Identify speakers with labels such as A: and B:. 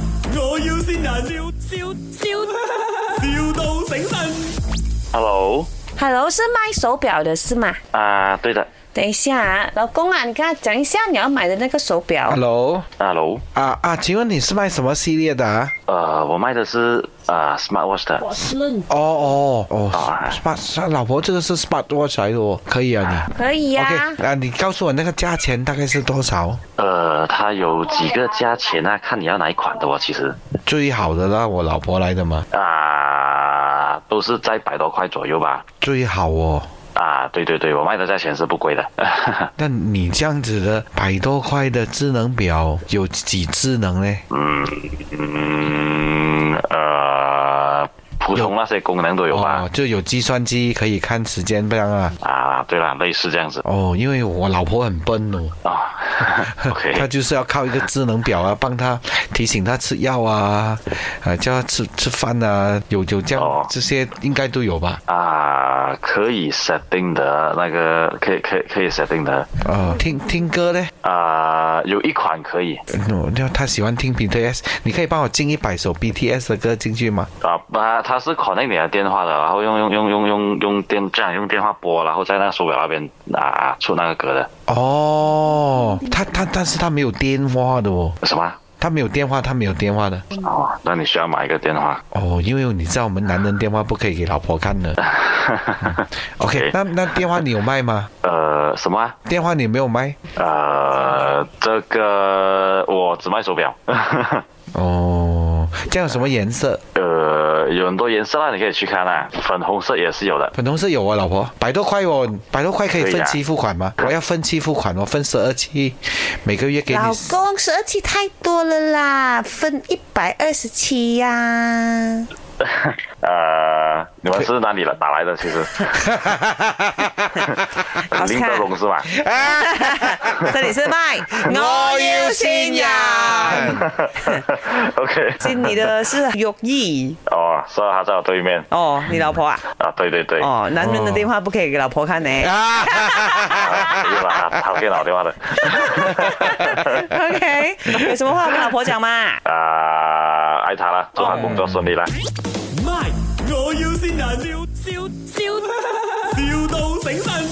A: 要先人，笑笑笑，,笑到醒 神。
B: Hello，
C: Hello，是卖手表的是吗？
B: 啊、对的
C: 等一下啊，老公啊，你跟他讲一下你要买的那个手表。
D: Hello，
B: ，Hello，
D: 啊啊，请问你是卖什么系列的啊？
B: 呃，我卖的是啊、smartwatch 的，
D: 哦哦哦
B: 啊
D: ，Smart，老婆，这个是 Smart Watch 来的哦，可以啊
C: 可以
D: 你。
C: 呀、
D: OK，啊，你告诉我那个价钱大概是多少？
B: 呃，它有几个价钱啊？看你要哪一款的哦，其实
D: 最好的啦，我老婆来的嘛，
B: 啊、都是在百多块左右吧。
D: 最好哦。
B: 啊，对对对，我卖的价钱是不贵的。
D: 那你这样子的百多块的智能表有几智能呢？
B: 嗯嗯呃，普通那些功能都有吧
D: 哦？，就有计算机可以看时间这样啊。
B: 啊，对了，类似这样子
D: 哦，因为我老婆很笨哦，
B: 啊。OK，
D: 她就是要靠一个智能表啊，帮她提醒她吃药啊，啊叫她吃吃饭啊，有有这样、
B: 哦
D: 这些应该都有吧？
B: 啊，可以 setting 的那个，可以可以可以 setting 的
D: 哦，听听歌呢？
B: 啊，有一款可以
D: 嗯，那她喜欢听 BTS，你可以帮我进一百首 BTS 的歌进去吗？
B: 啊，它它是 connect 你的电话的，然后用用用用用用电这样用电话拨，然后在那个手表那边啊出那个歌的
D: 哦，她她但是她没有电话的哦，
B: 什么？啊
D: 她没有电话，她没有电话的。
B: 哦，那你需要买一个电话。
D: 哦，因为你知道我们男人电话不可以给老婆看的。OK，那嗯那电话你有卖吗？
B: 呃，什么啊？
D: 电话你没有卖？
B: 呃，这个我只卖手表，
D: 哦，这样有什么颜色？
B: 呃，有很多颜色啦，你可以去看啦，粉红色也是有的。
D: 粉红色有啊，老婆，百多块哦，百多块可以
B: 可以
D: 分
B: 啊
D: 期付款吗？我要分期付款哦，分十二期，每个月给你
C: 老。公，十二期太多了啦，分一百二十七呀。
B: 呃，你们是哪里了打来的？其实，
C: 好
B: 林德
C: 看
B: 龙是吧？
C: 这里是麦，
D: 信仰嗯
B: OK，
C: 进你的是玉意
B: 哦，所以他在我对面
C: 哦，你老婆啊？
B: 啊，对对对，
C: 哦，男人的电话不可以给老婆看呢、
D: 啊！
B: 啊没有啦，他他给老电话的
C: OK，有什么话我跟老婆讲嘛？
B: 啊，爱他啦，祝他工作顺利啦。
A: My，我要先人，笑笑笑，,笑到醒神。